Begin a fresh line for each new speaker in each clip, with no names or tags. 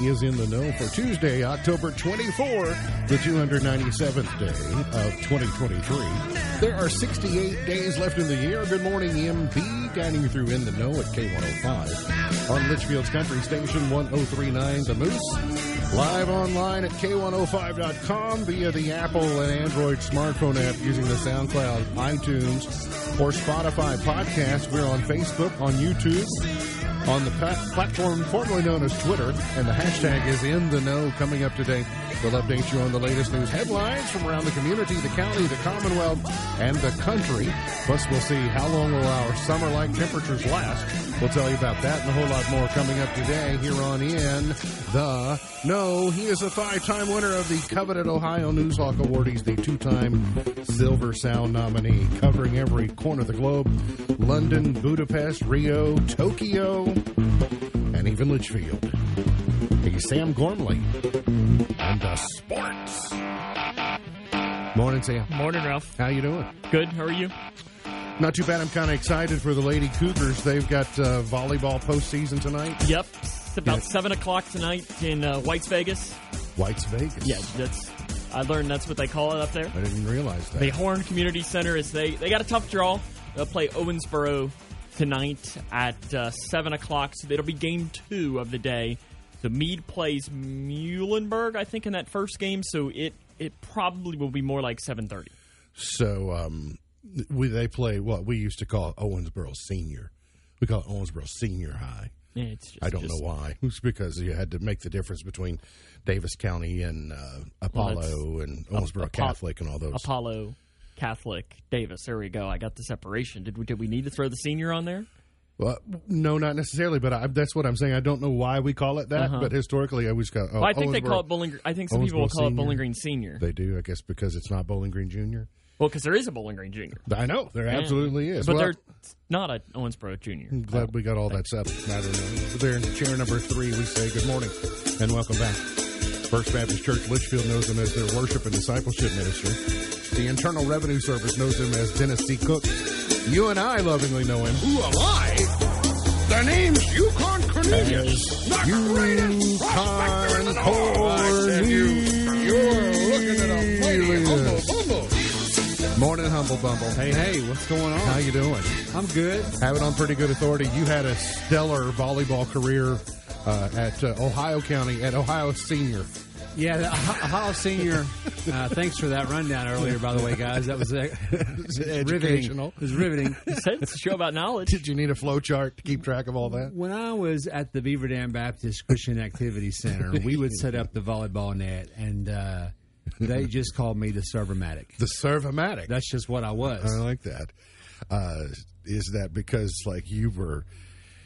is in the know for Tuesday, October 24, the 297th day of 2023. There are 68 days left in the year. Good morning, MB, guiding you through In the Know at K105 on Litchfield's Country Station 1039 The Moose. Live online at K105.com via the Apple and Android smartphone app using the SoundCloud, iTunes, or Spotify podcast. We're on Facebook, on YouTube on the plat- platform formerly known as Twitter, and the hashtag is in the know coming up today. We'll update you on the latest news headlines from around the community, the county, the Commonwealth, and the country. Plus, we'll see how long will our summer-like temperatures last. We'll tell you about that and a whole lot more coming up today here on In the Know. He is a five-time winner of the coveted Ohio Newshawk Award. He's the two-time Silver Sound nominee, covering every corner of the globe: London, Budapest, Rio, Tokyo, and even Litchfield. He's Sam Gormley and the Sports. Morning, Sam.
Morning, Ralph.
How you doing?
Good. How are you?
Not too bad. I'm kind of excited for the Lady Cougars. They've got uh, volleyball postseason tonight.
Yep. It's about
Good.
seven o'clock tonight in uh, Whites Vegas.
Whites Vegas.
Yeah, that's. I learned that's what they call it up there.
I didn't realize that.
The Horn Community Center is they they got a tough draw. They'll play Owensboro tonight at uh, seven o'clock. So it'll be game two of the day. So Mead plays Muhlenberg, I think, in that first game. So it it probably will be more like seven thirty.
So um, we they play what we used to call Owensboro Senior. We call it Owensboro Senior High.
It's just,
I don't
just-
know why. It's because you had to make the difference between Davis County and uh, Apollo and Owensboro
Apo-
Catholic and all those.
Apollo, Catholic, Davis. There we go. I got the separation. Did we did we need to throw the senior on there?
Well, no, not necessarily, but I, that's what I'm saying. I don't know why we call it that,
Uh-huh.
but historically, I always call. Oh,
Well, I think they
Owensboro-
call it Bowling. Gre- I think some people will
Owensboro
call it
Senior.
Bowling Green Senior.
They do, I guess, because it's not Bowling Green Junior.
Well, because there is a Bowling Green Junior,
I know there absolutely is,
but
Well, Mm,
there's not a Owensboro Junior.
I'm glad we got all that settled. I don't know. There in chair number three, we say good morning and welcome back. First Baptist Church Litchfield knows him as their worship and discipleship minister. The Internal Revenue Service knows him as Dennis C. Cook. You and I lovingly know him. Who am I? The name's Yukon Cornelius. The greatest prospector in the Morning, Humble Bumble.
Hey, hey, what's going on?
How you doing?
I'm good.
Have it on pretty good authority. You had a stellar volleyball career uh, at uh, Ohio County, at Ohio Senior.
Yeah, the Ohio Senior. Uh, thanks for that rundown earlier, by the way, guys. That was, uh, riveting.
Educational.
It was riveting.
it's a show about knowledge.
Did you need a flow chart to keep track of all that?
When I was at the Beaver Dam Baptist Christian Activity Center, we would set up the volleyball net, and uh, they just called me the servomatic.
The servomatic.
That's just what I was.
I like that. Uh, is that because like you were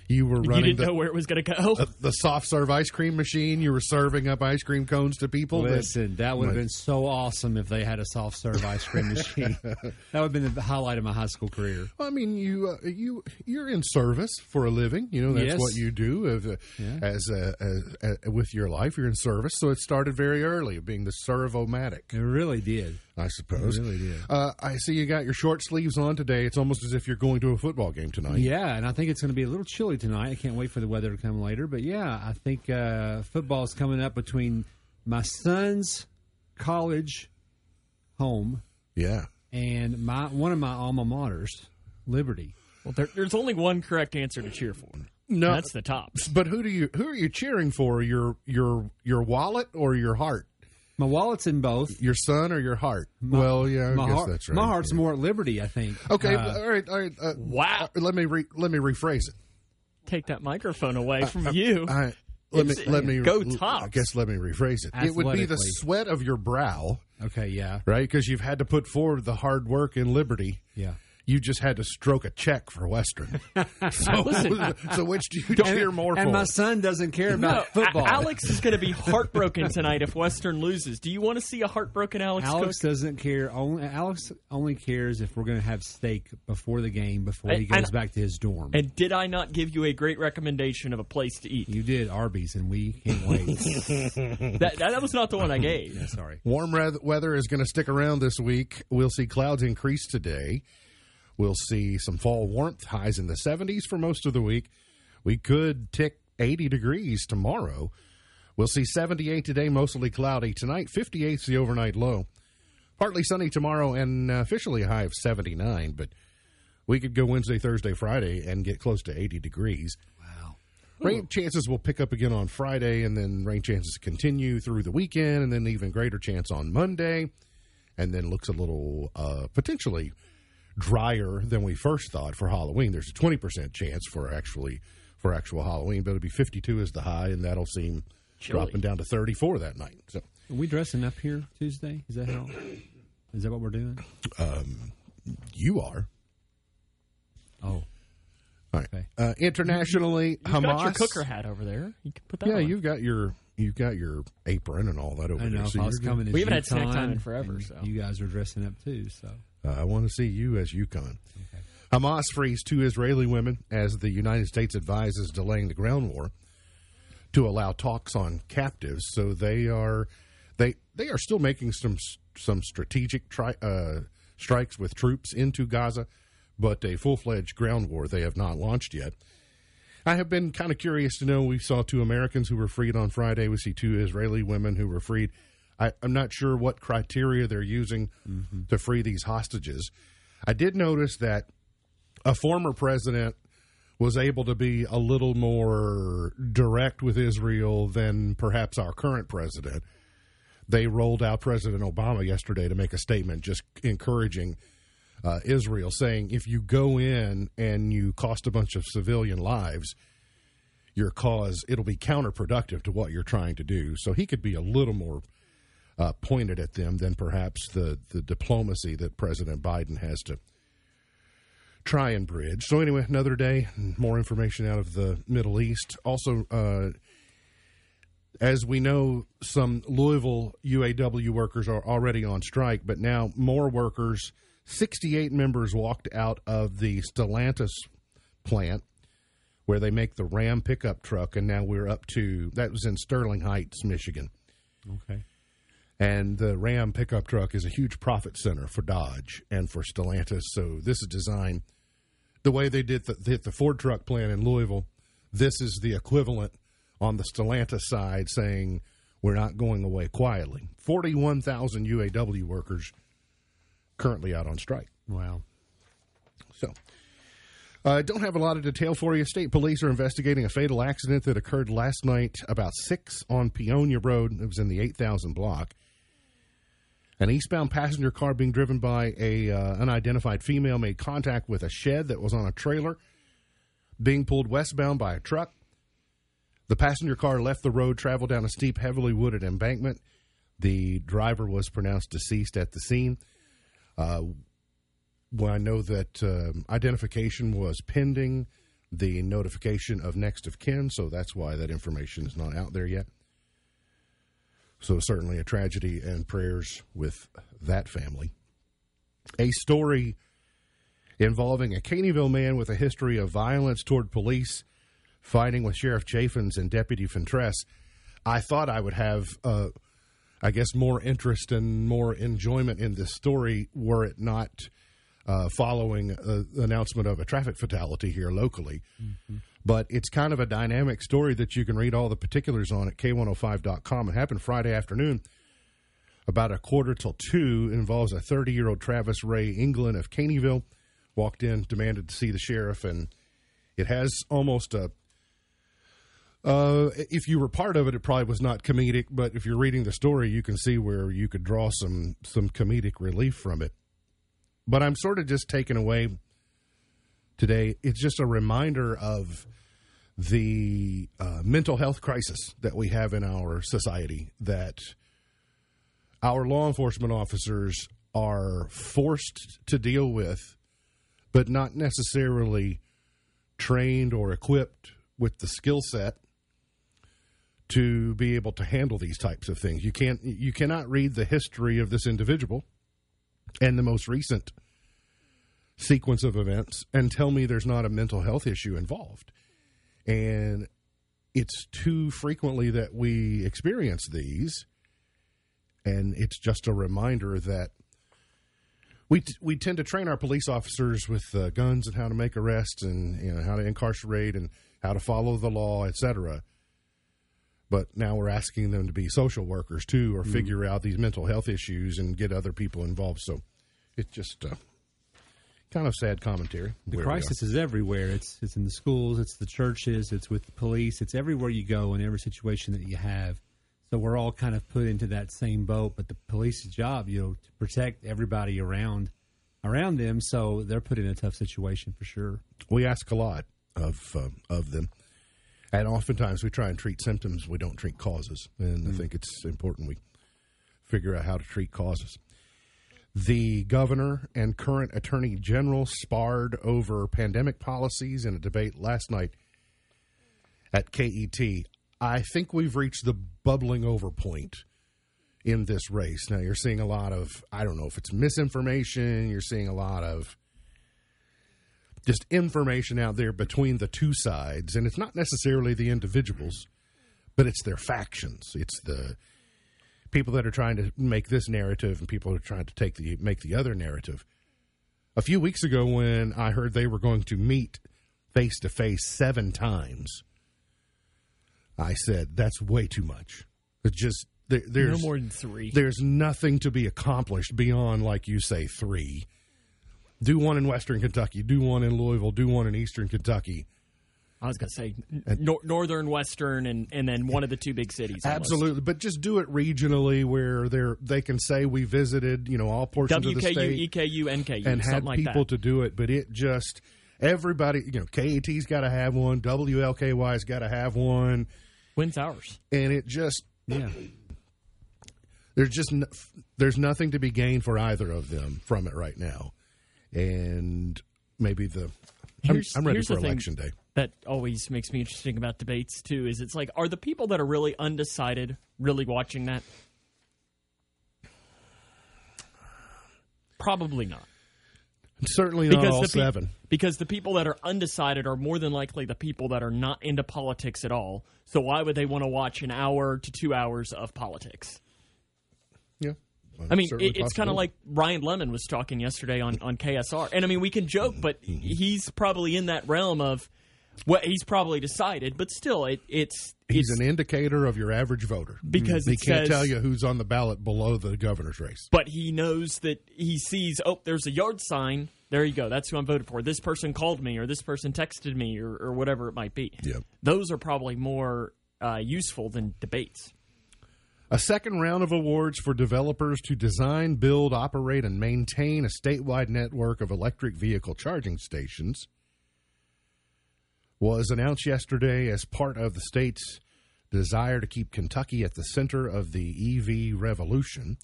you were
You
running
didn't
the,
know where it was going to go.
the the soft serve ice cream machine? You were serving up ice cream cones to people. that-
Listen, that would have been so awesome if they had a soft serve ice cream machine. that would have been the highlight of my high school career.
Well, I mean, you uh, you you're in service for a living. You know that's
Yes.
what you do as, a, as, a, as a, with your life. You're in service, so it started very early, being the servomatic,
It really did.
I suppose.
It really did.
Uh, I see you got your short sleeves on today. It's almost as if you're going to a football game tonight.
Yeah, and I think it's going to be a little chilly tonight. I can't wait for the weather to come later. But yeah, I think uh, football's coming up between my son's college home
Yeah.
and my one of my alma maters, Liberty.
well, there, there's only one correct answer to cheer for.
No,
That's the top.
but who do you who are you cheering for? Your your your wallet or your heart?
My wallet's in both.
Your son or your heart? well, yeah, I
My,
guess
heart-
that's right.
my heart's more at Liberty, I think.
Okay,
Uh,
all right, all right. Uh,
Wow.
Let me re- let me rephrase it.
Take that microphone away from you.
All right. Let me
It's-
let me
go
l-
Tops.
I guess let me rephrase it. It would be the
Athletically.
sweat of your brow,
okay, yeah,
right? Because you've had to put forward the hard work and liberty.
yeah.
You just had to stroke a check for Western. so, so which do you cheer more
and
for?
my son doesn't care
No,
about football.
A- Alex is going to be heartbroken tonight if Western loses. Do you want to see a heartbroken Alex,
Alex
Cook?
doesn't care. Only Alex only cares if we're going to have steak before the game, before he
And-
goes
and-
back to his dorm.
And did I not give you a great recommendation of a place to eat?
you did Arby's, and we can't wait.
That, that, that was not the one I gave.
Sorry.
Warm re- weather is going to stick around this week. We'll see clouds increase today. We'll see some fall warmth highs in the 70s for most of the week. We could tick 80 degrees tomorrow We'll see 78 today, mostly cloudy tonight. 58 is the overnight low. Partly sunny tomorrow and uh, officially a high of 79, but we could go Wednesday, Thursday, Friday and get close to 80 degrees.
Wow.
Rain chances will pick up again on Friday, and then rain chances continue through the weekend, and then even greater chance on Monday. And then looks a little uh, potentially drier than we first thought for Halloween. There's a 20% chance for actually for actual Halloween, but it'll be 52 is the high, and that'll seem
Chilly.
dropping down to 34 that night. So
Are we dressing up here Tuesday? Is that how? Is that what we're doing?
you are.
Oh,
All right.
Okay.
Uh, internationally,
You've
Hamas.
got your cooker hat over there. You can put that
Yeah,
on.
you've got your you've got your apron and all that over
I
there.
know.
so
if I was
you're good.
coming as
We haven't had snack
UConn,
time in forever,
and
so.
you guys are dressing up too. So
Uh, I want to see you as UConn. Hamas frees two Israeli women as the United States advises delaying the ground war to allow talks on captives. So they are they they are still making some some strategic tri, uh, strikes with troops into Gaza, but a full fledged ground war they have not launched yet. I have been kind of curious to know. We saw two Americans who were freed on Friday. We see two Israeli women who were freed. I, I'm not sure what criteria they're using to free these hostages. I did notice that a former president was able to be a little more direct with Israel than perhaps our current president. They rolled out President Obama yesterday to make a statement just encouraging uh, Israel, saying if you go in and you cost a bunch of civilian lives, your cause it'll be counterproductive to what you're trying to do. So he could be a little more uh, pointed at them than perhaps the the diplomacy that President Biden has to try and bridge. So anyway, another day, more information out of the Middle East. Also. Uh, as we know, some Louisville UAW workers are already on strike, but now more workers, 68 members walked out of the Stellantis plant where they make the Ram pickup truck, and now we're up to that was in Sterling Heights, Michigan.
okay,
And the Ram pickup truck is a huge profit center for Dodge and for Stellantis. So this is designed the way they did the, did the Ford truck plant in Louisville. This is the equivalent on the Stellantis side, saying we're not going away quietly. Forty-one thousand UAW workers currently out on strike.
wow.
So, uh, don't have a lot of detail for you. State police are investigating a fatal accident that occurred last night about 6 on Peonia Road. It was in the 8000 block. An eastbound passenger car being driven by a uh, unidentified female made contact with a shed that was on a trailer being pulled westbound by a truck. The passenger car left the road, traveled down a steep, heavily wooded embankment. The driver was pronounced deceased at the scene. Well, I know that um, identification was pending the notification of next of kin, so that's why that information is not out there yet. So, certainly a tragedy and prayers with that family. A story involving a Caneyville man with a history of violence toward police, fighting with Sheriff Chaffins and Deputy Fentress. I thought I would have. Uh, I guess more interest and more enjoyment in this story were it not uh, following uh, the announcement of a traffic fatality here locally. But it's kind of a dynamic story that you can read all the particulars on at k105.com. It happened Friday afternoon, about a quarter till two. It involves a 30 year old Travis Ray England of Caneyville. Walked in, demanded to see the sheriff, and it has almost a uh, if you were part of it, it probably was not comedic. But if you're reading the story, you can see where you could draw some some comedic relief from it. But I'm sort of just taken away today. It's just a reminder of the uh, mental health crisis that we have in our society. That our law enforcement officers are forced to deal with, but not necessarily trained or equipped with the skill set to be able to handle these types of things. You can't you cannot read the history of this individual and the most recent sequence of events and tell me there's not a mental health issue involved. And it's too frequently that we experience these and it's just a reminder that we t- we tend to train our police officers with uh, guns and how to make arrests and you know how to incarcerate and how to follow the law, etc. but now we're asking them to be social workers too,
Mm-hmm.
or figure out these mental health issues and get other people involved. So it's just uh, kind of sad commentary.
The
where we are.
crisis is everywhere. It's it's in the schools, it's the churches, it's with the police, it's everywhere you go in every situation that you have. So we're all kind of put into that same boat. But the police's job, you know, to protect everybody around around them. So they're put in a tough situation for sure.
we ask a lot of um, of them, and oftentimes we try and treat symptoms. We don't treat causes, and I think it's important we figure out how to treat causes. The governor and current attorney general sparred over pandemic policies in a debate last night at KET. I think we've reached the bubbling over point in this race. Now you're seeing a lot of I don't know if it's misinformation, you're seeing a lot of just information out there between the two sides and it's not necessarily the individuals but it's their factions it's the people that are trying to make this narrative and people who are trying to take the make the other narrative a few weeks ago when i heard they were going to meet face to face seven times i said that's way too much it's just there,
No
there's
more than three.
there's nothing to be accomplished beyond, like you say, three. Do one in Western Kentucky, do one in Louisville, do one in Eastern Kentucky.
I was gonna say
Uh,
n- nor- northern, western, and and then one of the two big cities. almost.
Absolutely, but just do it regionally where they're they can say we visited, you know, all portions of the
WKU,
state
EKU, NKU,
and
E something
had
like
people
that.
to do it. But it just everybody, you know, KAT's got to have one, WLKY's got to have one,
When's ours?
and it just
Yeah.
there's just n- there's nothing to be gained for either of them from it right now, and maybe the I'm-
Here's-
I'm, ready
here's
for
the thing.
election day.
That always makes me interesting about debates too. Is it's like, are the people that are really undecided really watching that? Probably not.
Certainly not
because
all
the pe-
seven.
because the people that are undecided are more than likely the people that are not into politics at all. So why would they want to watch an hour to two hours of politics?
Yeah.
I mean,
Certainly
it, it's kind
possible.
of like Ryan Lemon was talking yesterday on, on KSR, and I mean, we can joke, but he's probably in that realm of what he's probably decided. But still, it, it's
he's
it's
an indicator of your average voter
because
He
it
can't
says-
tell you who's on the ballot below the governor's race.
but he knows that he sees oh there's a yard sign there you go that's who i'm voting for this person called me or this person texted me or, or whatever it might be
Yeah.
those are probably more uh, useful than debates
A second round of awards for developers to design, build, operate, and maintain a statewide network of electric vehicle charging stations was announced yesterday as part of the state's desire to keep Kentucky at the center of the EV revolution.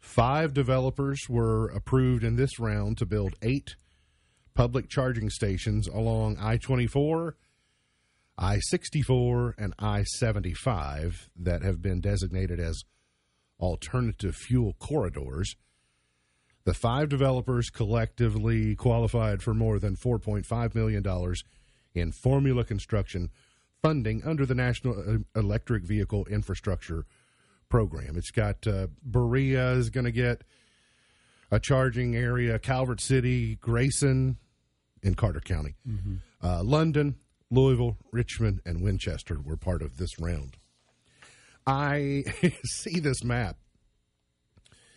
Five developers were approved in this round to build eight public charging stations along I 24, I 64 and I 75 that have been designated as alternative fuel corridors. The five developers collectively qualified for more than $4.5 million in formula construction funding under the National uh, Electric Vehicle Infrastructure Program. It's got uh, Berea is going to get a charging area, Calvert City, Grayson, in Carter County. Uh, London, Louisville, Richmond, and Winchester were part of this round. I see this map,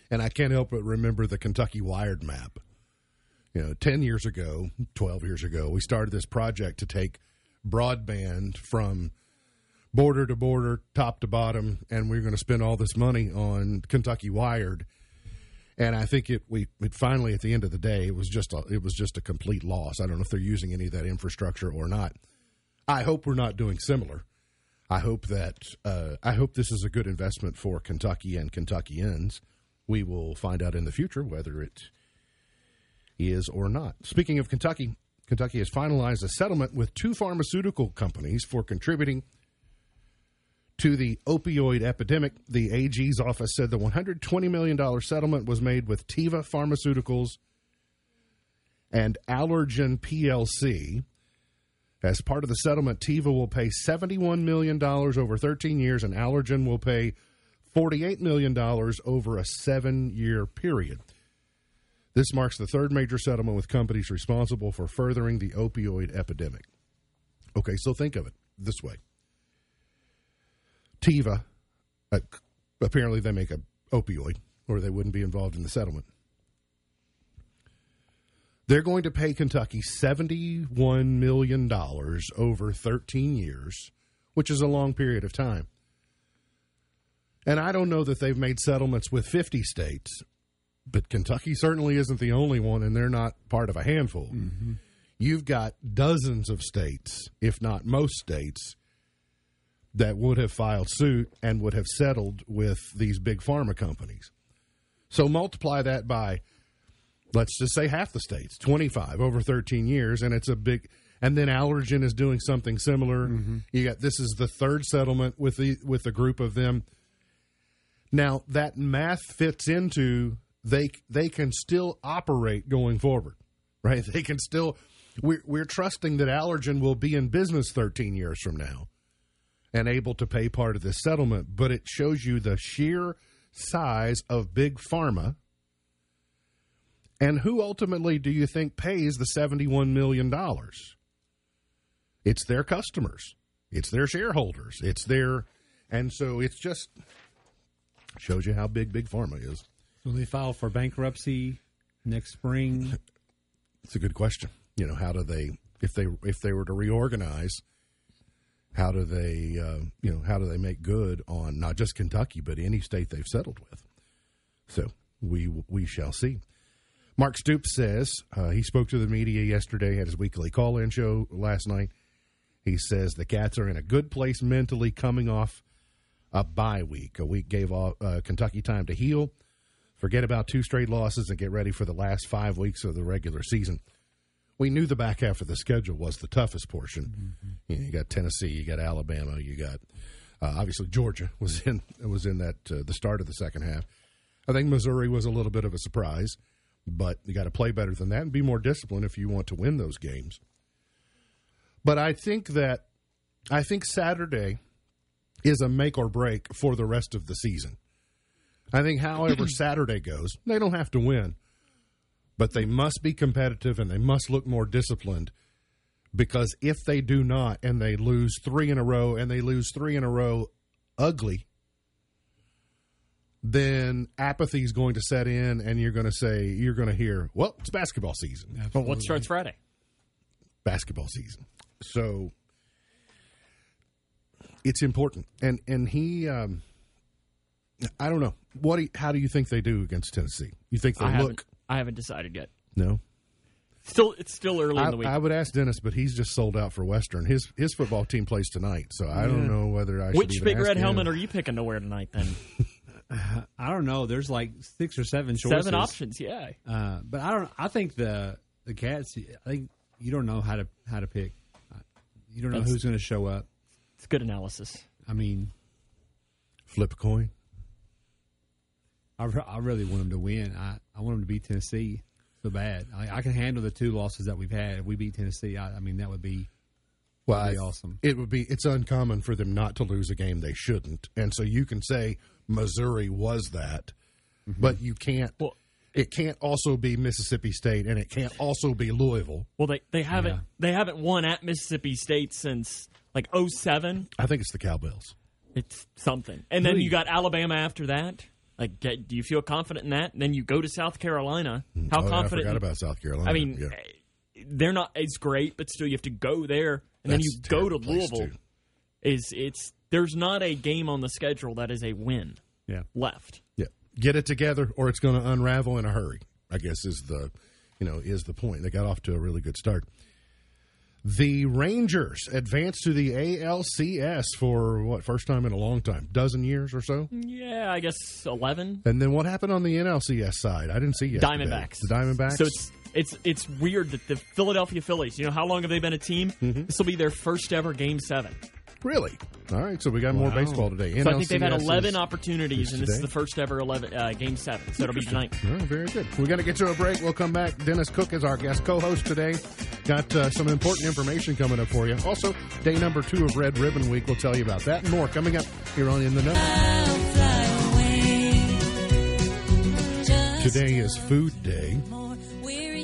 and I can't help but remember the Kentucky Wired map. You know, 10 years ago, 12 years ago, we started this project to take broadband from border to border, top to bottom, and we are going to spend all this money on Kentucky Wired and I think it we it finally at the end of the day it was just a it was just a complete loss. I don't know if they're using any of that infrastructure or not. I hope we're not doing similar. I hope that uh, I hope this is a good investment for Kentucky and Kentuckians. We will find out in the future whether it is or not. Speaking of Kentucky, Kentucky has finalized a settlement with two pharmaceutical companies for contributing to the opioid epidemic. The AG's office said the $120 million settlement was made with Teva Pharmaceuticals and Allergen PLC. As part of the settlement, Teva will pay $71 million over 13 years, and Allergen will pay $48 million over a seven year period. This marks the third major settlement with companies responsible for furthering the opioid epidemic. Okay, so think of it this way Tiva. Uh, apparently, they make a opioid, or they wouldn't be involved in the settlement. They're going to pay Kentucky seventy-one million dollars over thirteen years, which is a long period of time. And I don't know that they've made settlements with fifty states, but Kentucky certainly isn't the only one, and they're not part of a handful. You've got dozens of states, if not most states, that would have filed suit and would have settled with these big pharma companies. So multiply that by, let's just say half the states, 25 over 13 years, and it's a big. And then Allergen is doing something similar. You got this is the third settlement with the with the group of them. Now that math fits into they they can still operate going forward, right? They can still we're, we're trusting that Allergen will be in business 13 years from now and able to pay part of this settlement, but it shows you the sheer size of big pharma. And who ultimately do you think pays the $71 million? It's their customers, it's their shareholders, it's their. And so it's just shows you how big big pharma is.
Will they file for bankruptcy next spring?
It's a good question. You know, how do they if they if they were to reorganize? How do they uh, you know how do they make good on not just Kentucky but any state they've settled with? So we we shall see. Mark Stoops says uh, he spoke to the media yesterday at his weekly call-in show last night. He says the Cats are in a good place mentally, coming off a bye week. A week gave all, uh, Kentucky time to heal, forget about two straight losses, and get ready for the last five weeks of the regular season. We knew the back half of the schedule was the toughest portion. You, know, you got Tennessee, you got Alabama, you got uh, obviously Georgia was in was in that uh, the start of the second half. I think Missouri was a little bit of a surprise, but you got to play better than that and be more disciplined if you want to win those games. But I think that I think Saturday is a make or break for the rest of the season. I think, however, Saturday goes, they don't have to win, but they must be competitive and they must look more disciplined because if they do not and they lose three in a row and they lose three in a row ugly, then apathy is going to set in and you're going to say, you're going to hear, well, it's basketball season
But what starts Friday?
basketball season. So it's important. And and he, um, I don't know what. Do you- how do you think they do against Tennessee? You think they
I haven't,
look?
I haven't decided yet.
No,
Still, it's still early
I,
in the week.
I would ask Dennis, but he's just sold out for Western. His his football team plays tonight, so I don't know whether I should
Which
even
big
ask
red
him.
helmet are you picking to wear tonight? Then
I don't know. There's like six or seven choices.
seven options. Yeah,
Uh, but I don't. I think the the cats. I think you don't know how to how to pick. Uh, You don't know
That's-
who's going to show up.
it's good analysis.
I mean,
Flip a coin.
I, re- I really want them to win. I, I want them to beat Tennessee so bad. I, I can handle the two losses that we've had. If we beat Tennessee, I, I mean that would be
Well,
That'd be
I-
awesome.
It would be. It's uncommon for them not to lose a game they shouldn't, and so you can say Missouri was that, but you can't.
Well-
it can't also be Mississippi State, and it can't also be Louisville.
Well, they they haven't
Yeah.
they haven't won at Mississippi State since like 07.
I think it's the Cowbells.
It's something. And then
Really?
you got Alabama after that. Like, get, do you feel confident in that? And then you go to South Carolina. How
Oh, yeah,
confident?
I forgot about South Carolina.
I mean,
Yeah.
eh, they're not as great, but still, you have to go there, and then
That's
you
a
go to
terrible place,
Louisville.
too.
Is it's there's not a game on the schedule that is a win
yeah.
left.
yeah, get it together, or it's going to unravel in a hurry. I guess is the, you know, is the point. They got off to a really good start. The Rangers advanced to the ALCS for what first time in a long time, dozen years or so.
Yeah, I guess eleven
And then what happened on the NLCS side? I didn't see yet.
Diamondbacks.
The Diamondbacks.
So it's it's it's weird that the Philadelphia Phillies. You know how long have they been a team? This will be their first ever Game Seven.
really all right. So we got more
Wow.
baseball today.
So I think they've had
NLCS
eleven
is-
opportunities, and this is
today.
the first ever eleven uh, Game Seven. So it'll be tonight.
Oh, very good. We're going to get to a break. We'll come back. Dennis Cook is our guest co host today. Got uh, some important information coming up for you. Also, day number two of Red Ribbon Week. We'll tell you about that and more coming up here on In the Know. Today is Food Day.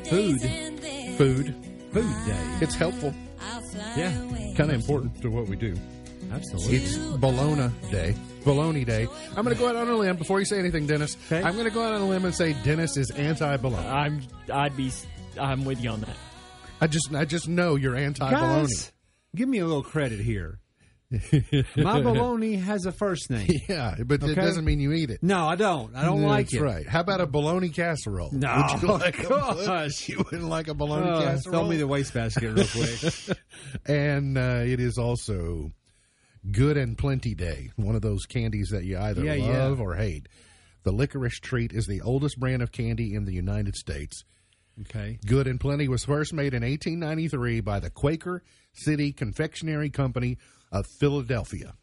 Food.
Food.
Food day.
It's helpful,
I'll fly
Yeah.
away.
kind of important to what we do.
Absolutely.
It's Bologna Day. Bologna Day. I'm going to go out on a limb before you say anything, Dennis.
Okay. Uh,
I'm going to go out on a limb and say Dennis is anti-bologna.
I'm I'd be I'm with you on that.
I just I just know you're anti-bologna.
Guys, give me a little credit here. My baloney has a first name.
Yeah, but it
Okay.
doesn't mean you eat it.
No, I don't. I don't like
That's
it.
right. How about a bologna casserole?
No. Oh,
Would you like
Gosh.
A, you wouldn't like a bologna
Uh,
casserole?
throw me the wastebasket real quick.
and uh, it is also Good and Plenty Day, one of those candies that you either
Yeah, yeah.
love or hate. The licorice treat is the oldest brand of candy in the United States.
okay.
Good and Plenty was first made in 1893 by the Quaker City Confectionery Company of Philadelphia.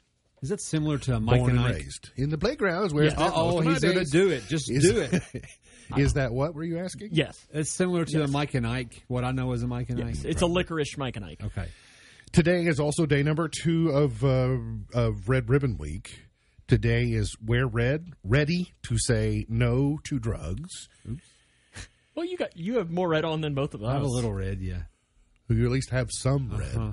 Is that similar to Mike
born
and
and
Ike?
raised in the playgrounds where it's been
oh,
most of my
he's going to
days.
do it. Just
Is-
do it.
Is that what were you asking?
Yes.
It's similar to a Mike and Ike. What I know is a Mike and
Yes.
Ike.
It's a licorice Mike and Ike.
Okay.
Today is also day number two of uh, of Red Ribbon Week. Today is wear red, ready to say no to drugs.
Well, you got you have more red on than both of us.
I have a little red, yeah.
You at least have some red.
Huh.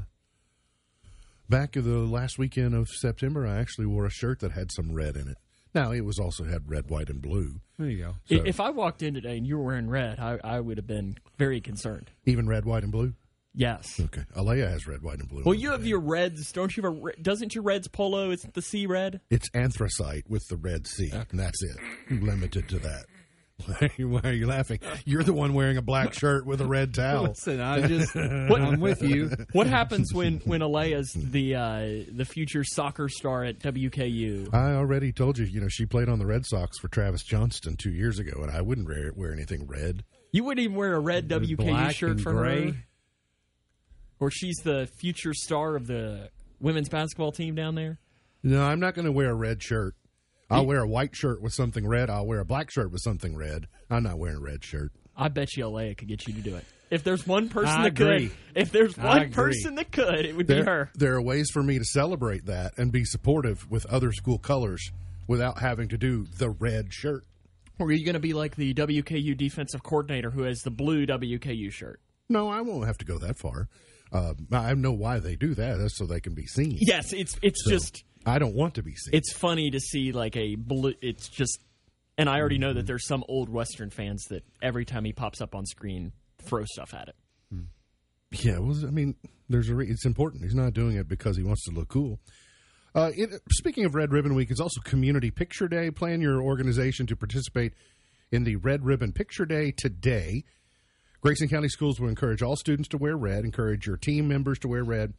Back of the last weekend of September, I actually wore a shirt that had some red in it. Now it was also had red, white, and blue.
There you go.
I- If I walked in today and you were wearing red, I, I would have been very concerned.
Even red, white, and blue.
Yes.
Okay, Alea has red, white, and blue.
Well,
on
you have
today.
your reds. Don't you have a re- doesn't your reds polo? It's the sea red.
It's anthracite with the red sea, and that's it. Limited to that. Why are you laughing? You're the one wearing a black shirt with a red towel.
Listen, I just, I'm with you.
What happens when when Alea's the uh, the future soccer star at WKU?
I already told you, you know, she played on the Red Sox for Travis Johnston two years ago, and I wouldn't wear, wear anything red.
You wouldn't even wear a red WKU
Black
shirt
and
from
gray.
her. Or she's the future star of the women's basketball team down there.
No, I'm not going to wear a red shirt. I'll wear a white shirt with something red. I'll wear a black shirt with something red. I'm not wearing a red shirt.
I bet you Alea could get you to do it. If there's one person
I
that
agree.
could, if there's
I
one
agree.
person that could, it would be
There,
her.
there are ways for me to celebrate that and be supportive with other school colors without having to do the red shirt.
Or are you going to be like the WKU defensive coordinator who has the blue WKU shirt?
No, I won't have to go that far. Um, I know why they do that. That's so they can be seen.
Yes, it's it's just
I don't want to be seen.
it's funny to see like a blue. It's just, and I already know that there's some old Western fans that every time he pops up on screen throw stuff at it.
Yeah, well, I mean, there's a re- it's important. He's not doing it because he wants to look cool. Uh, it, speaking of Red Ribbon Week, it's also Community Picture Day. Plan your organization to participate in the Red Ribbon Picture Day today. Grayson County Schools will encourage all students to wear red, encourage your team members to wear red,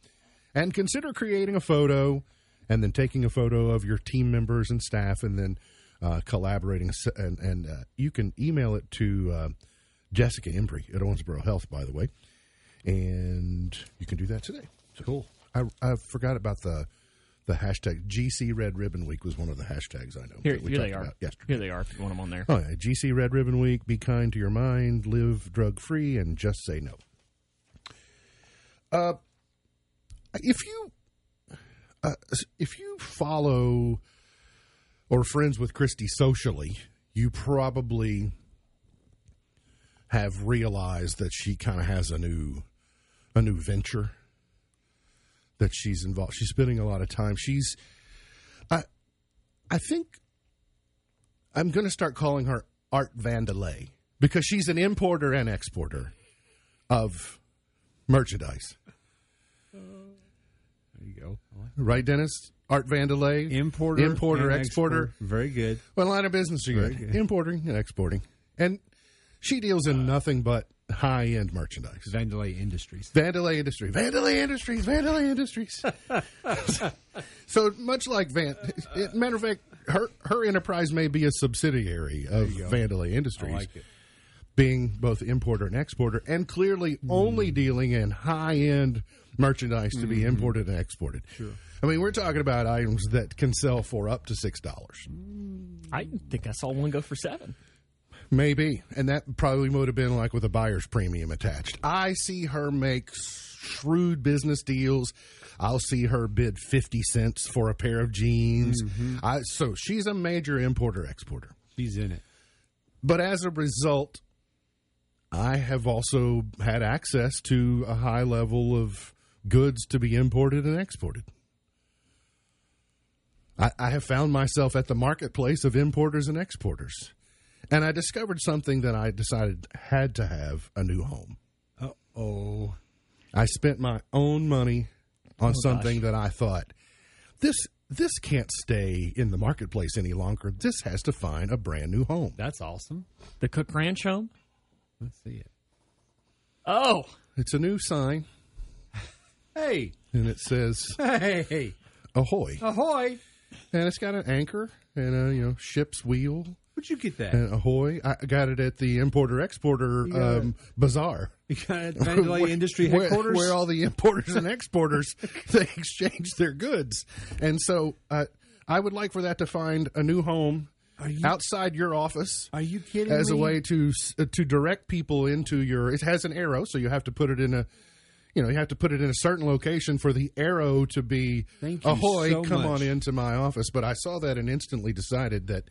and consider creating a photo and then taking a photo of your team members and staff and then uh, collaborating. S- And, and uh, you can email it to uh, Jessica Embry at Owensboro Health, by the way and you can do that today. cool. I, I forgot about the the hashtag GC Red Ribbon Week was one of the hashtags I know.
Here,
that we
here
talked
they are.
about yesterday.
Here they are. If you want them on there,
Oh, yeah, GC Red Ribbon Week. Be kind to your mind. Live drug free, and just say no. Uh, if you uh, if you follow or are friends with Christy socially, you probably have realized that she kind of has a new a new venture that she's involved. She's spending a lot of time. She's I I think I'm going to start calling her Art Vandelay because she's an importer and exporter of merchandise.
There you go.
Right, Dennis? Art Vandelay?
Importer.
Importer,
and
exporter.
Very good.
What line of business are you
Very
in?
good.
Importing and exporting. And she deals in nothing but high end merchandise.
Vandalay Industries.
Vandalay Industries. Vandalay Industries. Vandalay Industries. so much like Van, it, matter of fact, her her enterprise may be a subsidiary of Vandalay Industries,
it.
being both importer and exporter, and clearly only dealing in high end merchandise to be imported and exported. Sure. I mean, we're talking about items that can sell for up to six dollars.
I think I saw one go for seven.
Maybe. And that probably would have been like with a buyer's premium attached. I see her make shrewd business deals. I'll see her bid 50 cents for a pair of jeans. I, so she's a major importer exporter.
She's in it.
But as a result, I have also had access to a high level of goods to be imported and exported. I, I have found myself at the marketplace of importers and exporters, and I discovered something that I decided had to have a new home.
Uh oh.
I spent my own money on something that I thought this this can't stay in the marketplace any longer. This has to find a brand new home.
That's awesome.
The Cook Ranch home?
Let's see it.
Oh,
It's a new sign,
Hey.
and it says
Hey.
"Ahoy!"
Ahoy.
and it's got an anchor and a you know ship's wheel.
Where'd you get that?
And ahoy! I got it at the importer exporter
Yeah.
um, bazaar.
You got it at Mandalay Industry
where-
Headquarters?
where all the importers and exporters they exchange their goods. And so, uh, I would like for that to find a new home
Are you-
outside your office
Are you kidding
as
me?
a way to s- uh, to direct people into your. It has an arrow, so you have to put it in a. You know, you have to put it in a certain location for the arrow to be
Thank you
ahoy.
so
come
much.
on into my office. But I saw that and instantly decided that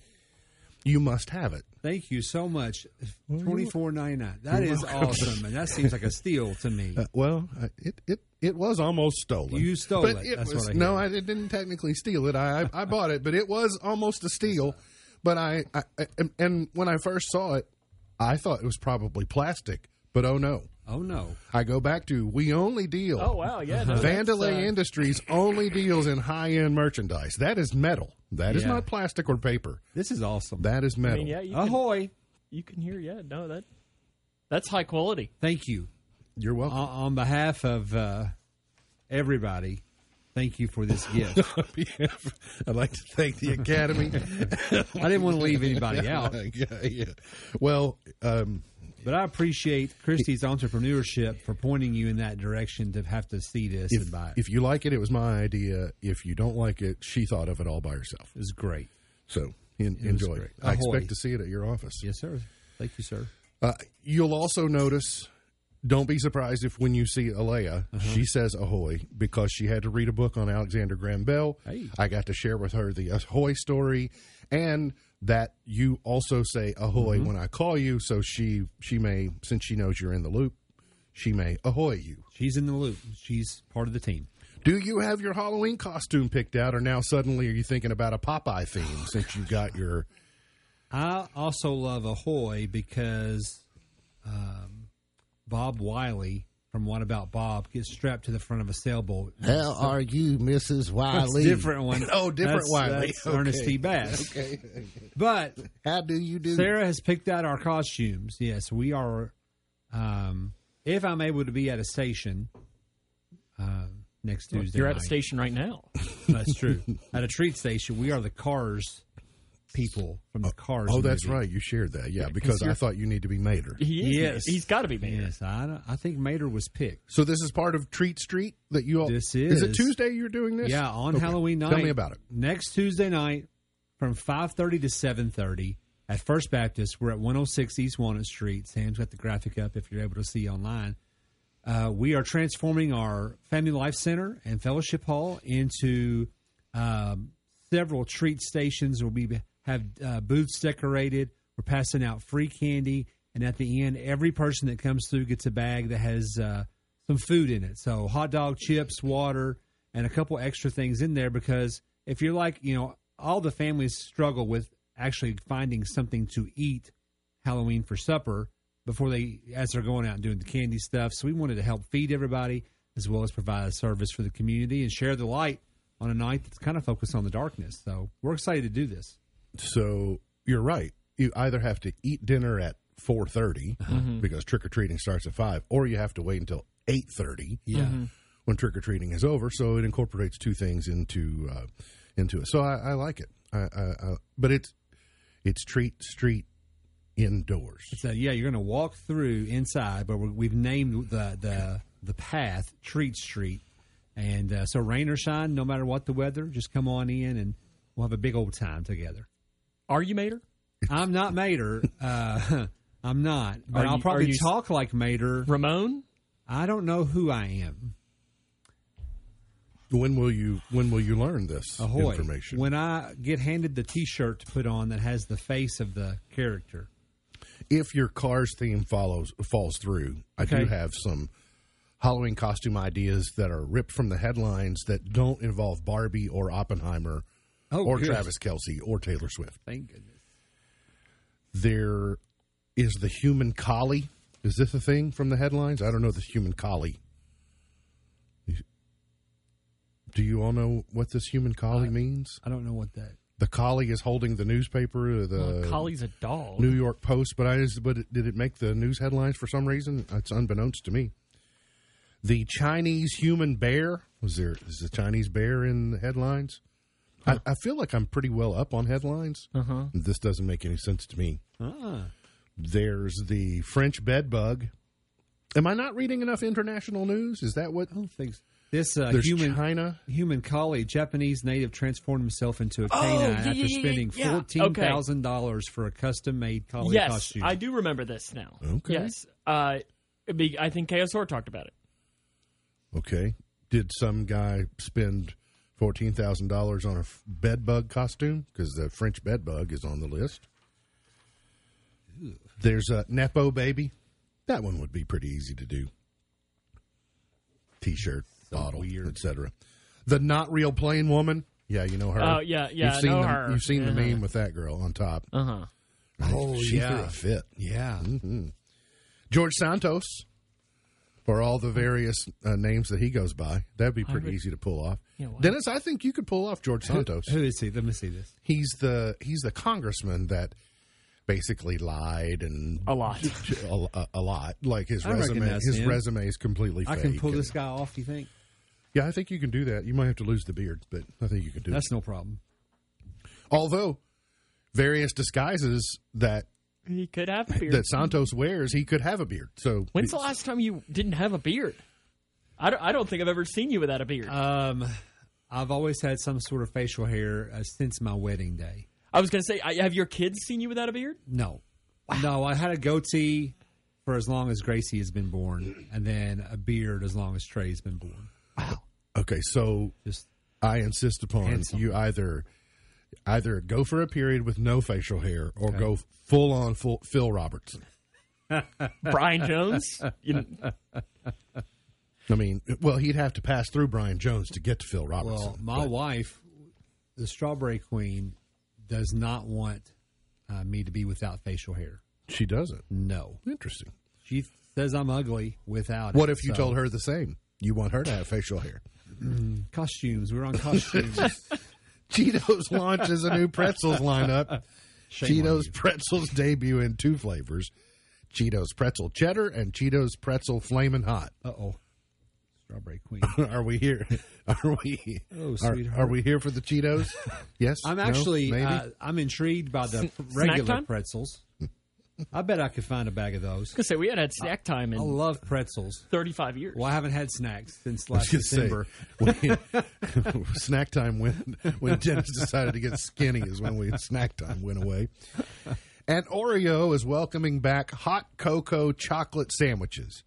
you must have it.
Thank you so much. Twenty four ninety nine. That is awesome, and that seems like a steal to me.
Uh, well, uh, it, it it was almost stolen.
You stole
but
it.
it
That's
was,
what I
no,
hear.
I it didn't technically steal it. I I, I bought it, but it was almost a steal. But I, I, I and when I first saw it, I thought it was probably plastic. But oh no,
Oh no!
I go back to we only deal.
oh wow, yeah. no,
Vandalay
that's, uh,
Industries only deals in high end merchandise. That is metal. That is
Yeah.
not plastic or paper.
This is awesome.
That is
I
metal.
mean, yeah, you can,
Ahoy!
you can hear. Yeah, no, that that's high quality.
Thank you
You're
O-
welcome.
on behalf of uh, everybody. Thank you for this gift.
I'd like to thank the Academy.
I didn't want to leave anybody out,
yeah, yeah. Well, um,
but I appreciate Christie's entrepreneurship for pointing you in that direction to have to see this
if,
and buy it.
if you like it, it was my idea. If you don't like it, she thought of it all by herself.
it was great.
So en-
was
enjoy.
great.
I
Ahoy.
expect to see it at your office.
Yes, sir. Thank you, sir.
Uh, you'll also notice. Don't be surprised if when you see Alea,
Uh-huh.
she says ahoy because she had to read a book on Alexander Graham Bell.
Hey.
I got to share with her the ahoy story and that you also say ahoy
Mm-hmm.
when I call you. So she she may, since she knows you're in the loop, she may ahoy you.
She's in the loop. She's part of the team.
Do you have your Halloween costume picked out, or now suddenly are you thinking about a Popeye theme since you got your?
I also love Ahoy because um, Bob Wiley from What About Bob gets strapped to the front of a sailboat.
How are you, Mrs.
That's a different one.
Oh, different
that's,
Wiley.
That's
Okay.
Ernest E. Bass. But
How do you do?
Sarah has picked out our costumes. Yes, we are. Um, if I'm able to be at a station um next Tuesday,
You're at a
night.
station right now.
That's true. at a treat station, we are the Cars people from the Cars.
Oh, that's
movie.
right. You shared that, yeah, because I thought you need to be Mater.
He is.
Yes.
he's got to be mayor.
Yes, I, don't- I think Mater was picked.
So this is part of Treat Street that you all.
This
it
is.
Tuesday you're doing this?
Yeah, on
Okay.
Halloween night.
Tell me about it.
Next Tuesday night from 5.30 to 7.30 at First Baptist. We're at 106 East Walnut Street. Sam's got the graphic up if you're able to see online. Uh, we are transforming our Family Life Center and Fellowship Hall into um, several treat stations. We'll be have uh, booths decorated. We're passing out free candy, and at the end, every person that comes through gets a bag that has uh, some food in it. So hot dog, chips, water, and a couple extra things in there because if you're like you know, all the families struggle with actually finding something to eat Halloween for supper before they as they're going out and doing the candy stuff. So we wanted to help feed everybody as well as provide a service for the community and share the light on a night that's kind of focused on the darkness. So we're excited to do this.
So you're right. You either have to eat dinner at four
Uh-huh. Mm-hmm.
because trick or treating starts at five, or you have to wait until eight thirty.
Yeah. Mm-hmm.
when trick or treating is over. So it incorporates two things into uh, into it. So I, I like it. I, I, I, but it's it's treat street indoors.
So yeah, you're going to walk through inside, but we we've named the the the path Treat Street, and uh, so rain or shine, no matter what the weather, just come on in and we'll have a big old time together.
Are you mayor?
I'm not Mater. Uh, I'm not, but
Are
I'll
you-
probably
are you-
talk like Mater.
Ramon?
I don't know who I am.
When will you When will you learn this
Ahoy.
information?
When I get handed the T-shirt to put on that has the face of the character.
if your car's theme follows falls through, I do
Okay.
have some Halloween costume ideas that are ripped from the headlines that don't involve Barbie or Oppenheimer
Oh,
or
good.
Travis Kelsey or Taylor Swift.
Thank goodness.
There is the human collie. Is this a thing from the headlines? I don't know the human collie. Do you all know what this human collie
Uh,
means?
I don't know what that.
The collie is holding the newspaper, the
Well, Collie's a dog.
New York Post, but I just, but it, did it make the news headlines for some reason? It's unbeknownst to me. The Chinese human bear was there. Is the Chinese bear in the headlines? I, I feel like I'm pretty well up on headlines.
Uh-huh.
This doesn't make any sense to me.
Ah,
There's the French bed bug. Am I not reading enough international news? Is that what?
I don't think so. this uh,
There's
human
China.
human collie, Japanese native, transformed himself into a canine
yeah,
after
yeah, yeah,
spending
yeah.
fourteen thousand dollars for a custom made
Oh,
collie
yes,
costume.
I do remember this now.
Okay.
Yes, uh, it'd be- I think KSR talked about it.
Okay. Did some guy spend fourteen thousand dollars on a f- bed bug costume? Because the French bed bug is on the list. There's a Nepo baby. That one would be pretty easy to do. T-shirt, bottle, etc. The not real plain woman. Yeah, you know her.
Oh, yeah, yeah,
You've
I
seen
know
the,
her.
You've seen the
Yeah.
meme with that girl on top.
Uh huh.
Oh, she threw
yeah.
a fit.
yeah,
George Santos for all the various uh, names that he goes by. That'd be pretty easy to pull off.
You know what?
Dennis, I think you could pull off George Santos.
who is he? Let me see this.
He's the he's the congressman that basically lied and
A lot.
a, a- a lot. Like his
I
resume,
recognize
his
him.
resume is completely.
I can
fake
pull
and-
this guy off. You think
Yeah, I think you can do that. You might have to lose the beard, but I think you can do that.
that's no problem?
Although various disguises that
He could have a beard.
that Santos wears, he could have a beard. So
When's the last time you didn't have a beard? I don't, I don't think I've ever seen you without a beard.
Uh,
Um, I've always had some sort of facial hair uh, since my wedding day.
I was going to say, I, have your kids seen you without a beard?
No, no, I had a goatee for as long as Gracie has been born, and then a beard as long as Trey's been born.
okay, so
Just
I insist upon
Handsome.
you either either go for a period with no facial hair or go full on full Phil Robertson.
Brian Jones? You,
I mean, well, he'd have to pass through Brian Jones to get to Phil Robertson.
Well, my wife, the strawberry queen, does not want uh, me to be without facial hair.
she doesn't.
No,
Interesting.
she says I'm ugly without.
What
it,
if you
so-
told her the same? You want her to have facial hair.
costumes? We're on costumes.
Cheetos launches a new pretzels lineup.
Shame on
Cheetos pretzels debut in two flavors: Cheetos pretzel cheddar and Cheetos pretzel flamin' hot.
Uh oh, strawberry queen.
Are we here? Are we?
Oh,
are,
sweetheart.
are we here for the Cheetos? Yes.
I'm
No?
actually
Maybe?
uh, I'm intrigued by the
snack
regular
time?
pretzels. I bet I could find a bag of those.
to say, we had had snack time in
I
Oh.
love pretzels.
35 years.
Well, I haven't had snacks since
I was
last
gonna say,
December.
when- snack time when when Dennis decided to get skinny is when we snack time went away. And Oreo is welcoming back hot cocoa chocolate sandwiches.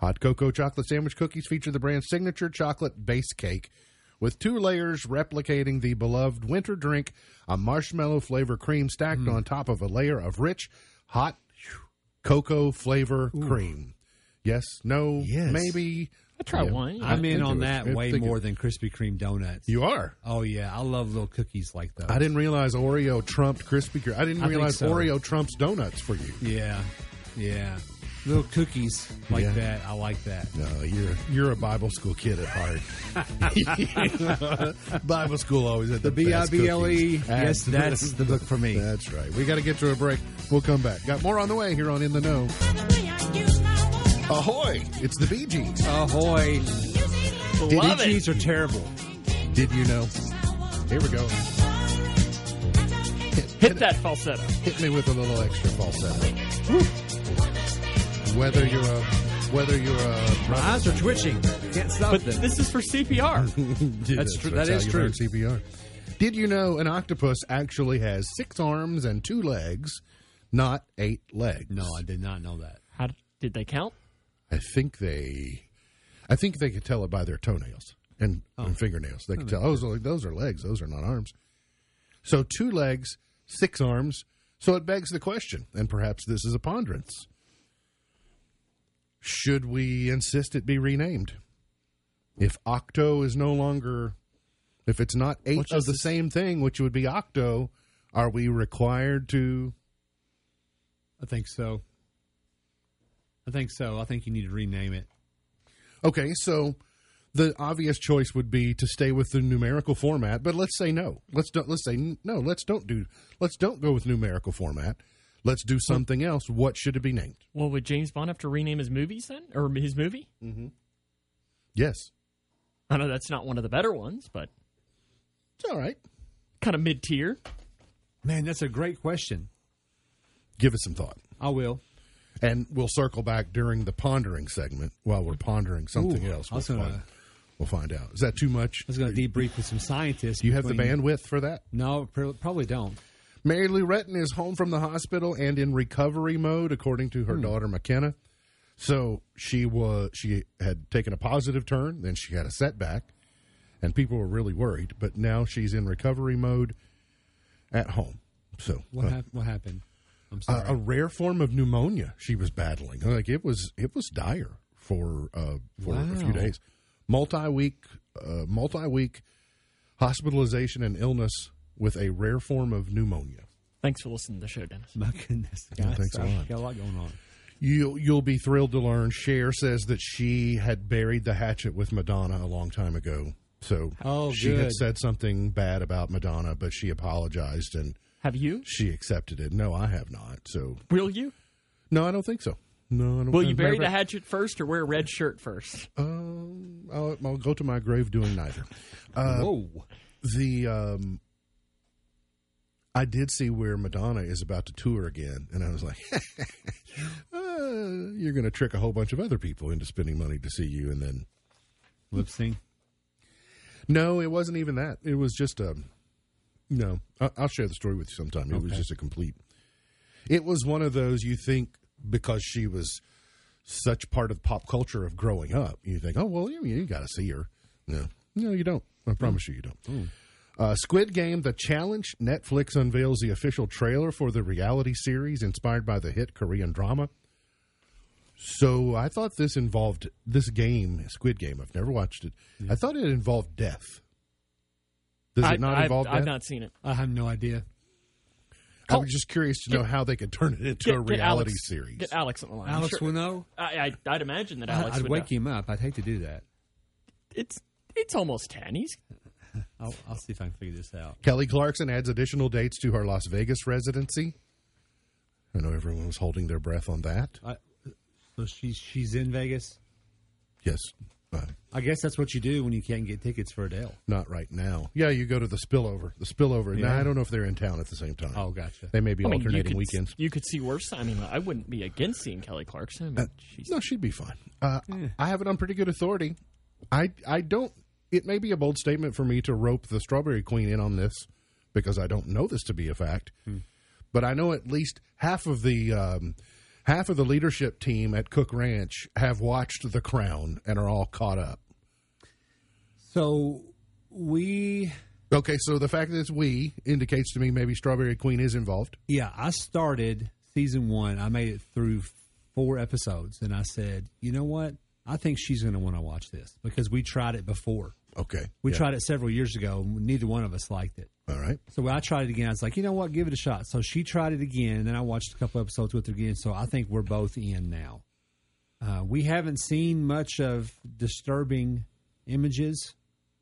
Hot cocoa chocolate sandwich cookies feature the brand's signature chocolate base cake with two layers replicating the beloved winter drink, a marshmallow flavor cream stacked on top of a layer of rich hot cocoa flavor cream. Yes, no,
Yes.
maybe.
I try
Yeah.
one. yeah.
I'm in
think it
on
was-
that
I
way
think it-
more than Krispy Kreme donuts.
You are.
oh yeah, I love little cookies like those.
I didn't realize Oreo trumped Krispy Kreme. I didn't
I think
realize
so.
Oreo trumps donuts for you.
Yeah, yeah. Little cookies like
Yeah.
that. I like that.
No, you're you're a Bible school kid at heart. Bible school always had the,
The
best
B.I.B.L.E..
cookies.
Yes, that's the book for me.
E? That's right. We got to get to a break. We'll come back. Got more on the way here on In the Know. Ahoy! It's the Bee Gees.
Ahoy!
Love
Bee
it.
Gees are terrible.
Did you know? Here we go.
Hit that falsetto.
Hit me with a little extra falsetto. Whether you're a whether you're a
My eyes are twitching. Can't stop
But
them.
this is for CPR.
That's true. That
how
is
you
true.
learn CPR. Did you know an octopus actually has six arms and two legs, not eight legs?
no, I did not know that.
How d- did they count?
I think they, I think they could tell it by their toenails and, and fingernails. They could tell. Oh, so those are legs. Those are not arms. So two legs, six arms. So it begs the question, and perhaps this is a ponderance: Should we insist it be renamed? If octo is no longer If it's not eight
Which
of
is
the
the-
same thing, which would be octo, are we required to?
I think so. I think so. I think you need to rename it.
Okay, so the obvious choice would be to stay with the numerical format, but let's say no. Let's don't. Let's say n- no. Let's don't do. Let's don't go with numerical format. Let's do something else. What should it be named?
Well, would James Bond have to rename his movies then, or his movie?
Yes,
I know that's not one of the better ones, but
it's all right.
kind of mid tier.
Man, that's a great question.
Give it some thought,
I will.
and we'll circle back during the pondering segment while we're pondering something
Ooh,
else.
I
We'll
was gonna-
find, we'll find out. Is that too much?
I was going to debrief with some scientists.
Do you have the
between-
bandwidth for that?
No, pr- probably don't.
Mary Lou Retton is home from the hospital and in recovery mode, according to
Hmm.
her daughter McKenna. So she was she had taken a positive turn, then she had a setback, and people were really worried. But now she's in recovery mode at home. So
What,
uh,
hap- what happened? I'm
a,
sorry.
a rare form of pneumonia she was battling. Like it was it was dire for uh, for a few
Wow.
days. Multi week uh, multi week hospitalization and illness with a rare form of pneumonia.
Thanks for listening to the show, Dennis.
My goodness.
Yeah,
guys,
thanks a
I
lot.
Got a lot going on.
You you'll be thrilled to learn. Cher says that she had buried the hatchet with Madonna a long time ago. So
Oh,
she had
good.
said something bad about Madonna, but she apologized and
Have you?
she accepted it. No, I have not. So
Will you?
no, I don't think so. No, I don't.
Will you bury the
hatchet?
hatchet first or wear a red shirt first?
Um, I'll, I'll go to my grave doing neither. Uh,
Whoa.
The um, I did see where Madonna is about to tour again, and I was like, uh, "You're going to trick a whole bunch of other people into spending money to see you," and then
Lip sync.
no, it wasn't even that. It was just a no. I- I'll share the story with you sometime. It was
Okay.
just a complete. It was one of those you think because she was such part of pop culture of growing up, you think, oh well, you, you got to see her. No, no, you don't. I promise you, you don't.
Hmm.
Uh, Squid Game: The Challenge. Netflix unveils the official trailer for the reality series inspired by the hit Korean drama. So I thought this involved this game, Squid Game. I've never watched it. I thought it involved death. Does
I,
it not
I've,
involve death?
I've not seen it.
I have no idea.
I was just curious to know how they could turn it into
Oh. Get,
a
get
reality
Alex,
series.
Get Alex on the line. I'm
Alex
sure-
will know.
I, I, I'd imagine that Alex
I'd
would
wake
know.
him up. I'd hate to do that.
It's it's almost ten. He's
I'll, I'll see if I can figure this out.
Kelly Clarkson adds additional dates to her Las Vegas residency. I know everyone was holding their breath on that.
I, so she's she's in Vegas.
Yes, uh,
I guess that's what you do when you can't get tickets for Adele.
not right now. Yeah, you go to the spillover. The spillover. Now
Yeah.
I don't know if they're in town at the same time.
Oh, gotcha.
they may be
I mean, you
alternating
could,
weekends.
You could see worse. I mean, I wouldn't be against seeing Kelly Clarkson. I mean,
Uh.
she's-
No, she'd be fine. Uh, I have it on pretty good authority. I I don't. It may be a bold statement for me to rope the Strawberry Queen in on this because I don't know this to be a fact, but I know at least half of the um, half of the leadership team at Cook Ranch have watched The Crown and are all caught up.
So we,
Okay, so the fact that it's we indicates to me maybe Strawberry Queen is involved.
yeah, I started season one. I made it through four episodes, and I said, you know what? I think she's going to want to watch this because we tried it before.
Okay,
We
Yeah.
tried it several years ago. and Neither one of us liked it.
All right.
So when I tried it again, I was like, you know what? Give it a shot. So she tried it again, and then I watched a couple episodes with her again. So I think we're both in now. Uh, we haven't seen much of disturbing images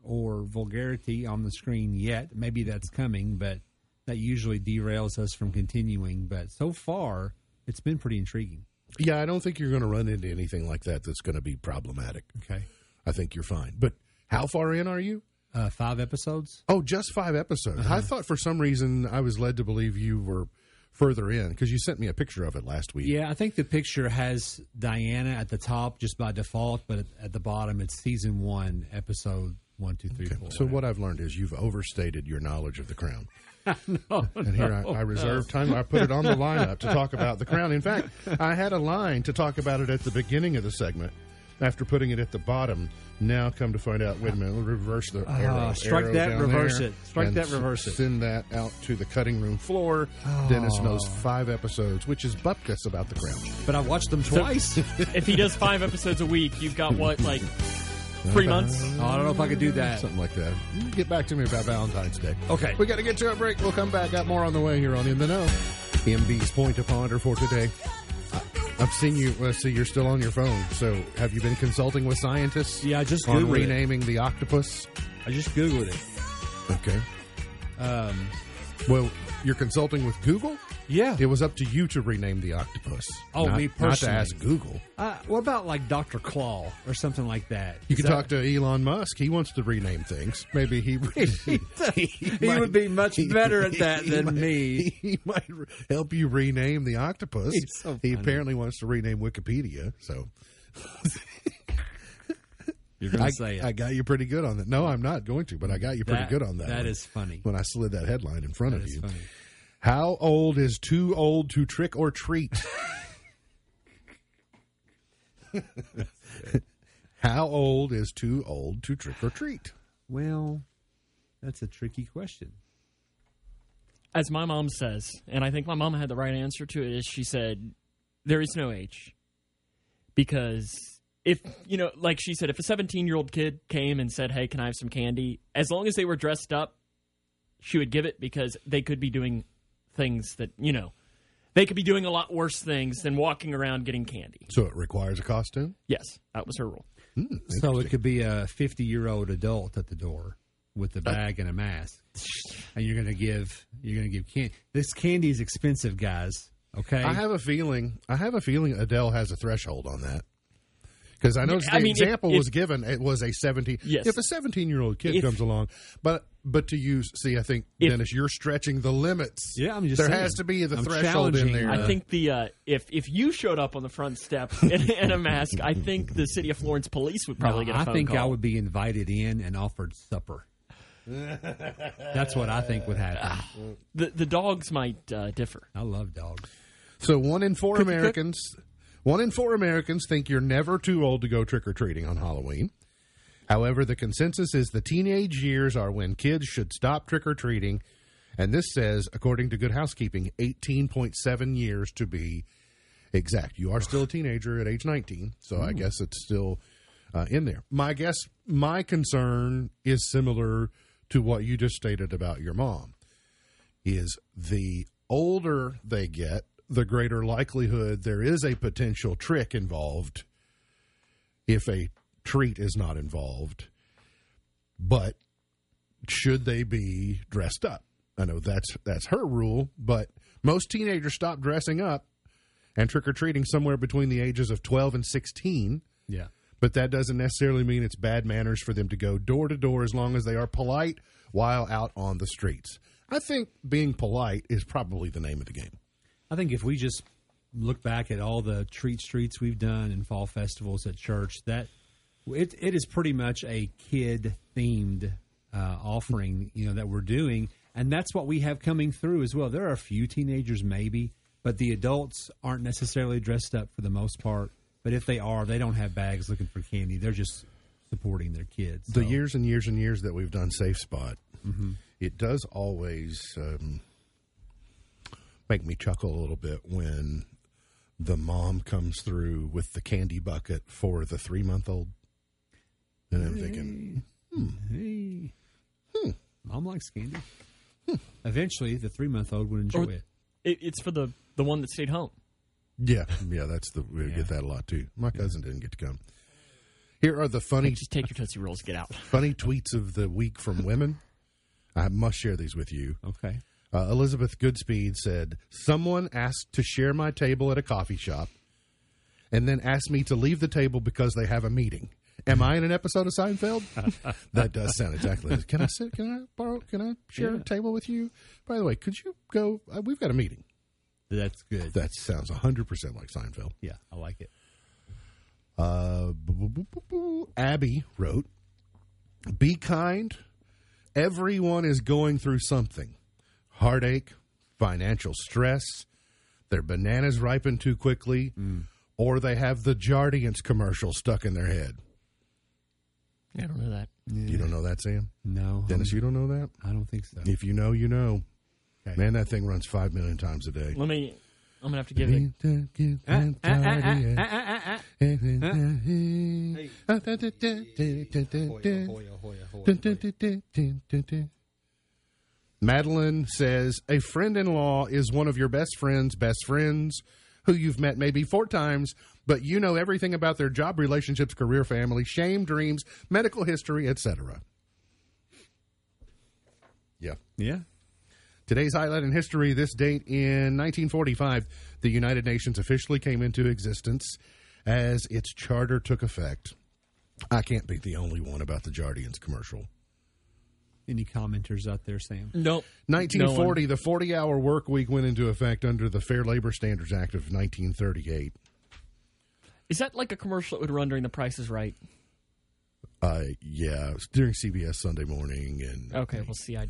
or vulgarity on the screen yet. Maybe that's coming, but that usually derails us from continuing. But so far, it's been pretty intriguing.
Yeah, I don't think you're going to run into anything like that that's going to be problematic.
Okay.
I think you're fine. But how far in are you?
Uh, five episodes.
Oh, just five episodes. I thought for some reason I was led to believe you were further in because you sent me a picture of it last week.
Yeah, I think the picture has Diana at the top just by default, but at, at the bottom it's season one, episode one, two, three, four.
So what I've learned is you've overstated your knowledge of the crown. and here I, I reserve time. I put it on the lineup to talk about the crown. In fact, I had a line to talk about it at the beginning of the segment. After putting it at the bottom, now come to find out. Wait a minute, we'll reverse the arrow.
Ah, strike
arrow
that,
down
reverse
there,
it. Strike
and
that, reverse it.
Send that out to the cutting room floor. Dennis knows
Ah.
five episodes, which is bupkis about the crown.
But I watched them twice.
if he does five episodes a week, you've got what like Three months.
Oh, I don't know if I could do that.
Something like that. Get back to me about Valentine's Day.
Okay.
We got to get to a break. We'll come back. Got more on the way here on In the Know. MB's point to ponder for today. I, I've seen you. Uh, see, you're still on your phone. So, have you been consulting with scientists?
Yeah, I just
on
Googled it.
renaming the octopus.
I just Googled it.
Okay.
Um,
Well, you're consulting with Google.
yeah.
It was up to you to rename the octopus.
Oh,
not,
me personally.
Not to ask Google.
Uh, what about like Dr. Claw or something like that?
You
Is
can
that-
talk to Elon Musk. He wants to rename things. Maybe he.
he would be much better at that
he
than
might-
me.
He might re- help you rename the octopus.
He's so
he
funny.
apparently wants to rename Wikipedia. So
You're going
I,
to say it.
I got you pretty good on that. No, I'm not going to, but I got you pretty
That-
good on that.
that
one
is funny.
When I slid that headline in front
That
of
is
you.
funny.
How old is too old to trick or treat? How old is too old to trick or treat?
Well, that's a tricky question.
As my mom says, and I think my mom had the right answer to it, is she said, there is no age. Because if, you know, like she said, if a 17 year old kid came and said, hey, can I have some candy? As long as they were dressed up, she would give it because they could be doing things that, you know, they could be doing a lot worse things than walking around getting candy.
So it requires a costume?
Yes, that was her rule.
So it could be a 50 year old adult at the door with
Uh,
a bag and a mask, and you're going to give you're going to give candy. This candy is expensive, guys. Okay,
I have a feeling. I have a feeling Adele has a threshold on that. Because I noticed
I
the
mean, if-
example
if-
was given. It was a seventeen.
Yes.
If a seventeen-year-old kid
If-
comes along, but but to use, see, I think
If-
Dennis, you're stretching the limits.
Yeah, I'm just
There
saying.
has to be the
I'm
threshold in
challenging
there.
I think the uh, if if you showed up on the front step in, in a mask, I think the city of Florence police would probably
No,
get. A phone
I think
call.
I would be invited in and offered supper. That's what I think would happen.
The the dogs might uh, differ.
I love dogs.
so. One in four Americans. One in four Americans think you're never too old to go trick or treating on Halloween. However, the consensus is the teenage years are when kids should stop trick or treating. And this says, according to Good Housekeeping, 18.7 years to be exact. You are still a teenager at age 19, so I guess it's still uh, in there. My guess, my concern is similar to what you just stated about your mom. Is the older they get, the greater likelihood there is a potential trick involved if a treat is not involved. But should they be dressed up? I know that's that's her rule, but most teenagers stop dressing up and trick or treating somewhere between the ages of 12 and 16,
Yeah.
but that doesn't necessarily mean it's bad manners for them to go door to door as long as they are polite while out on the streets. I think being polite is probably the name of the game.
I think if we just look back at all the treat streets we've done and fall festivals at church, that it it is pretty much a kid themed uh, offering, you know, that we're doing, and that's what we have coming through as well. There are a few teenagers maybe, but the adults aren't necessarily dressed up for the most part. But if they are, they don't have bags looking for candy. They're just supporting their kids.
the
So-
years and years and years that we've done Safe Spot, it does always um, make me chuckle a little bit when the mom comes through with the candy bucket for the three month old. And I'm thinking,
Hey. Hmm. Mom likes candy. Eventually, the three month old would enjoy
Or-
it.
It, it's for the the one that stayed home.
yeah, yeah, that's the we get that a lot too. My cousin didn't get to come. Here are the funny
Just take your tootsie rolls, get out.
funny tweets of the week from women. I must share these with you.
Okay.
Uh, Elizabeth Goodspeed said, Someone asked to share my table at a coffee shop and then asked me to leave the table because they have a meeting. Am I in an episode of Seinfeld? that does sound exactly. Can I sit? Can I borrow? Can I share a table with you? By the way, could you go? Uh, we've got a meeting.
That's good.
That sounds 100% like Seinfeld.
Yeah, I like it.
Uh, boo- boo- boo- boo- boo. Abby wrote, Be kind. Everyone is going through something heartache, financial stress, their bananas ripen too quickly, or they have the Jardiance commercial stuck in their head.
I don't know that.
You don't know that, Sam?
No,
Dennis, you don't know that?
I don't think so.
If you know, you know.
Okay.
Man, that thing runs 5 million times a day.
Let me I'm gonna have to give it.
Madeline says, A friend in law is one of your best friends, best friends, who you've met maybe four times, but you know everything about their job, relationships, career, family, shame, dreams, medical history, etc. Yeah.
Yeah.
Today's highlight in history this date in 1945, the United Nations officially came into existence as its charter took effect. I can't be the only one about the Jardians commercial.
Any commenters out there, Sam?
Nope.
1940, the 40 hour work week went into effect under the Fair Labor Standards Act of 1938.
Is that like a commercial that would run during The Price is Right?
Uh, yeah, it was during CBS Sunday morning. and
Okay, well, see, I,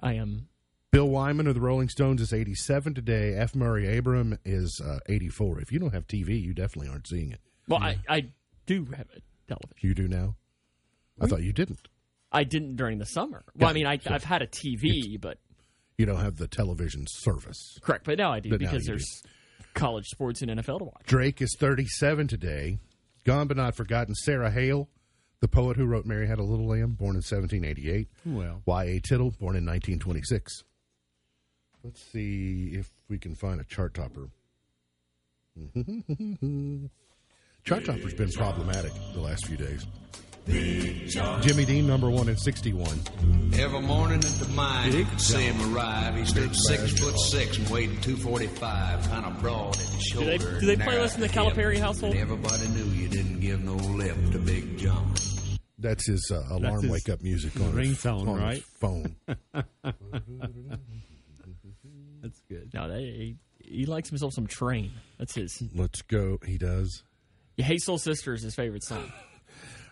I am.
Bill Wyman of the Rolling Stones is 87 today. F. Murray Abram is uh, 84. If you don't have TV, you definitely aren't seeing it.
Well, I, I do have a television.
You do now? I thought you didn't.
I didn't during the summer. Well, I mean, I, I've had a TV, but
You don't have the television service.
correct. But now I do
But now
because
you
there's college sports and NFL to watch.
Drake is 37 today. Gone but not forgotten, Sarah Hale, the poet who wrote Mary Had a Little Lamb, born in 1788.
Well.
Y.A. Tittle, born in 1926. Let's see if we can find a chart topper. chart topper's been problematic the last few days. Jimmy Dean, number one in 61.
Every morning at the mine, you could see him arrive. He stood six foot six and weighed 245, kind of broad at the
Do they,
shoulder.
do they
and
play
narrow
less in the
at hip.
Calipari household?
And everybody knew you didn't give no lip to Big John.
That's his uh, alarm
his
wake up music on
ringtone,
his, on
right?
His phone.
That's good.
No, they, he likes himself some train. That's his.
Let's go. He does.
Yeah, Hey Soul Sister is his favorite song.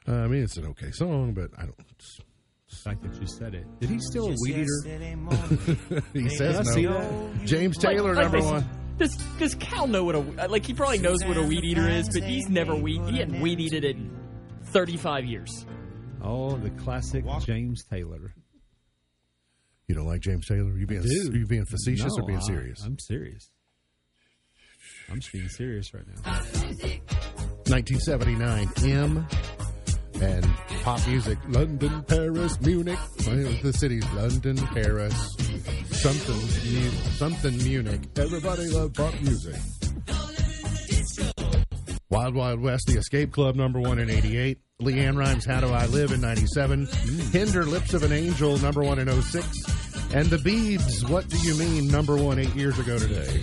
Uh, I mean, it's an okay song, but I don't.
The fact that you said it. Did he still a weed eater?
He
Did I
says
see
no.
that?
James Taylor,
Like- like
number
this-
one.
Does Does Cal know what a like? He probably knows what a weed eater is, but he's never weed. He hadn't weed eated it in 35 years.
Oh, the classic James Taylor.
You don't like James Taylor? You being
do.
you being facetious
No,
or being
I-
serious?
I'm serious. I'm just being serious right now.
1979, M and pop music. London, Paris, Munich. Well, The cities London, Paris, something, Mu- something Munich. Everybody loved pop music. Wild Wild West, The Escape Club, number one in 88. Leanne Rhymes, How Do I Live in 97. Hinder, Lips of an Angel, number one in 06. And The Beads, What Do You Mean, number one eight years ago today.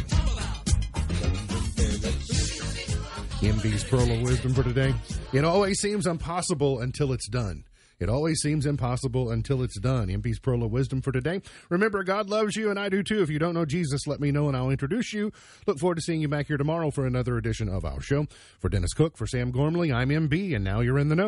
MB's pearl of wisdom for today. It always seems impossible until it's done. It always seems impossible until it's done. MB's pearl of wisdom for today. Remember, God loves you, and I do too. If you don't know Jesus, let me know, and I'll introduce you. Look forward to seeing you back here tomorrow for another edition of our show. For Dennis Cook, for Sam Gormley, I'm MB, and now you're in the know.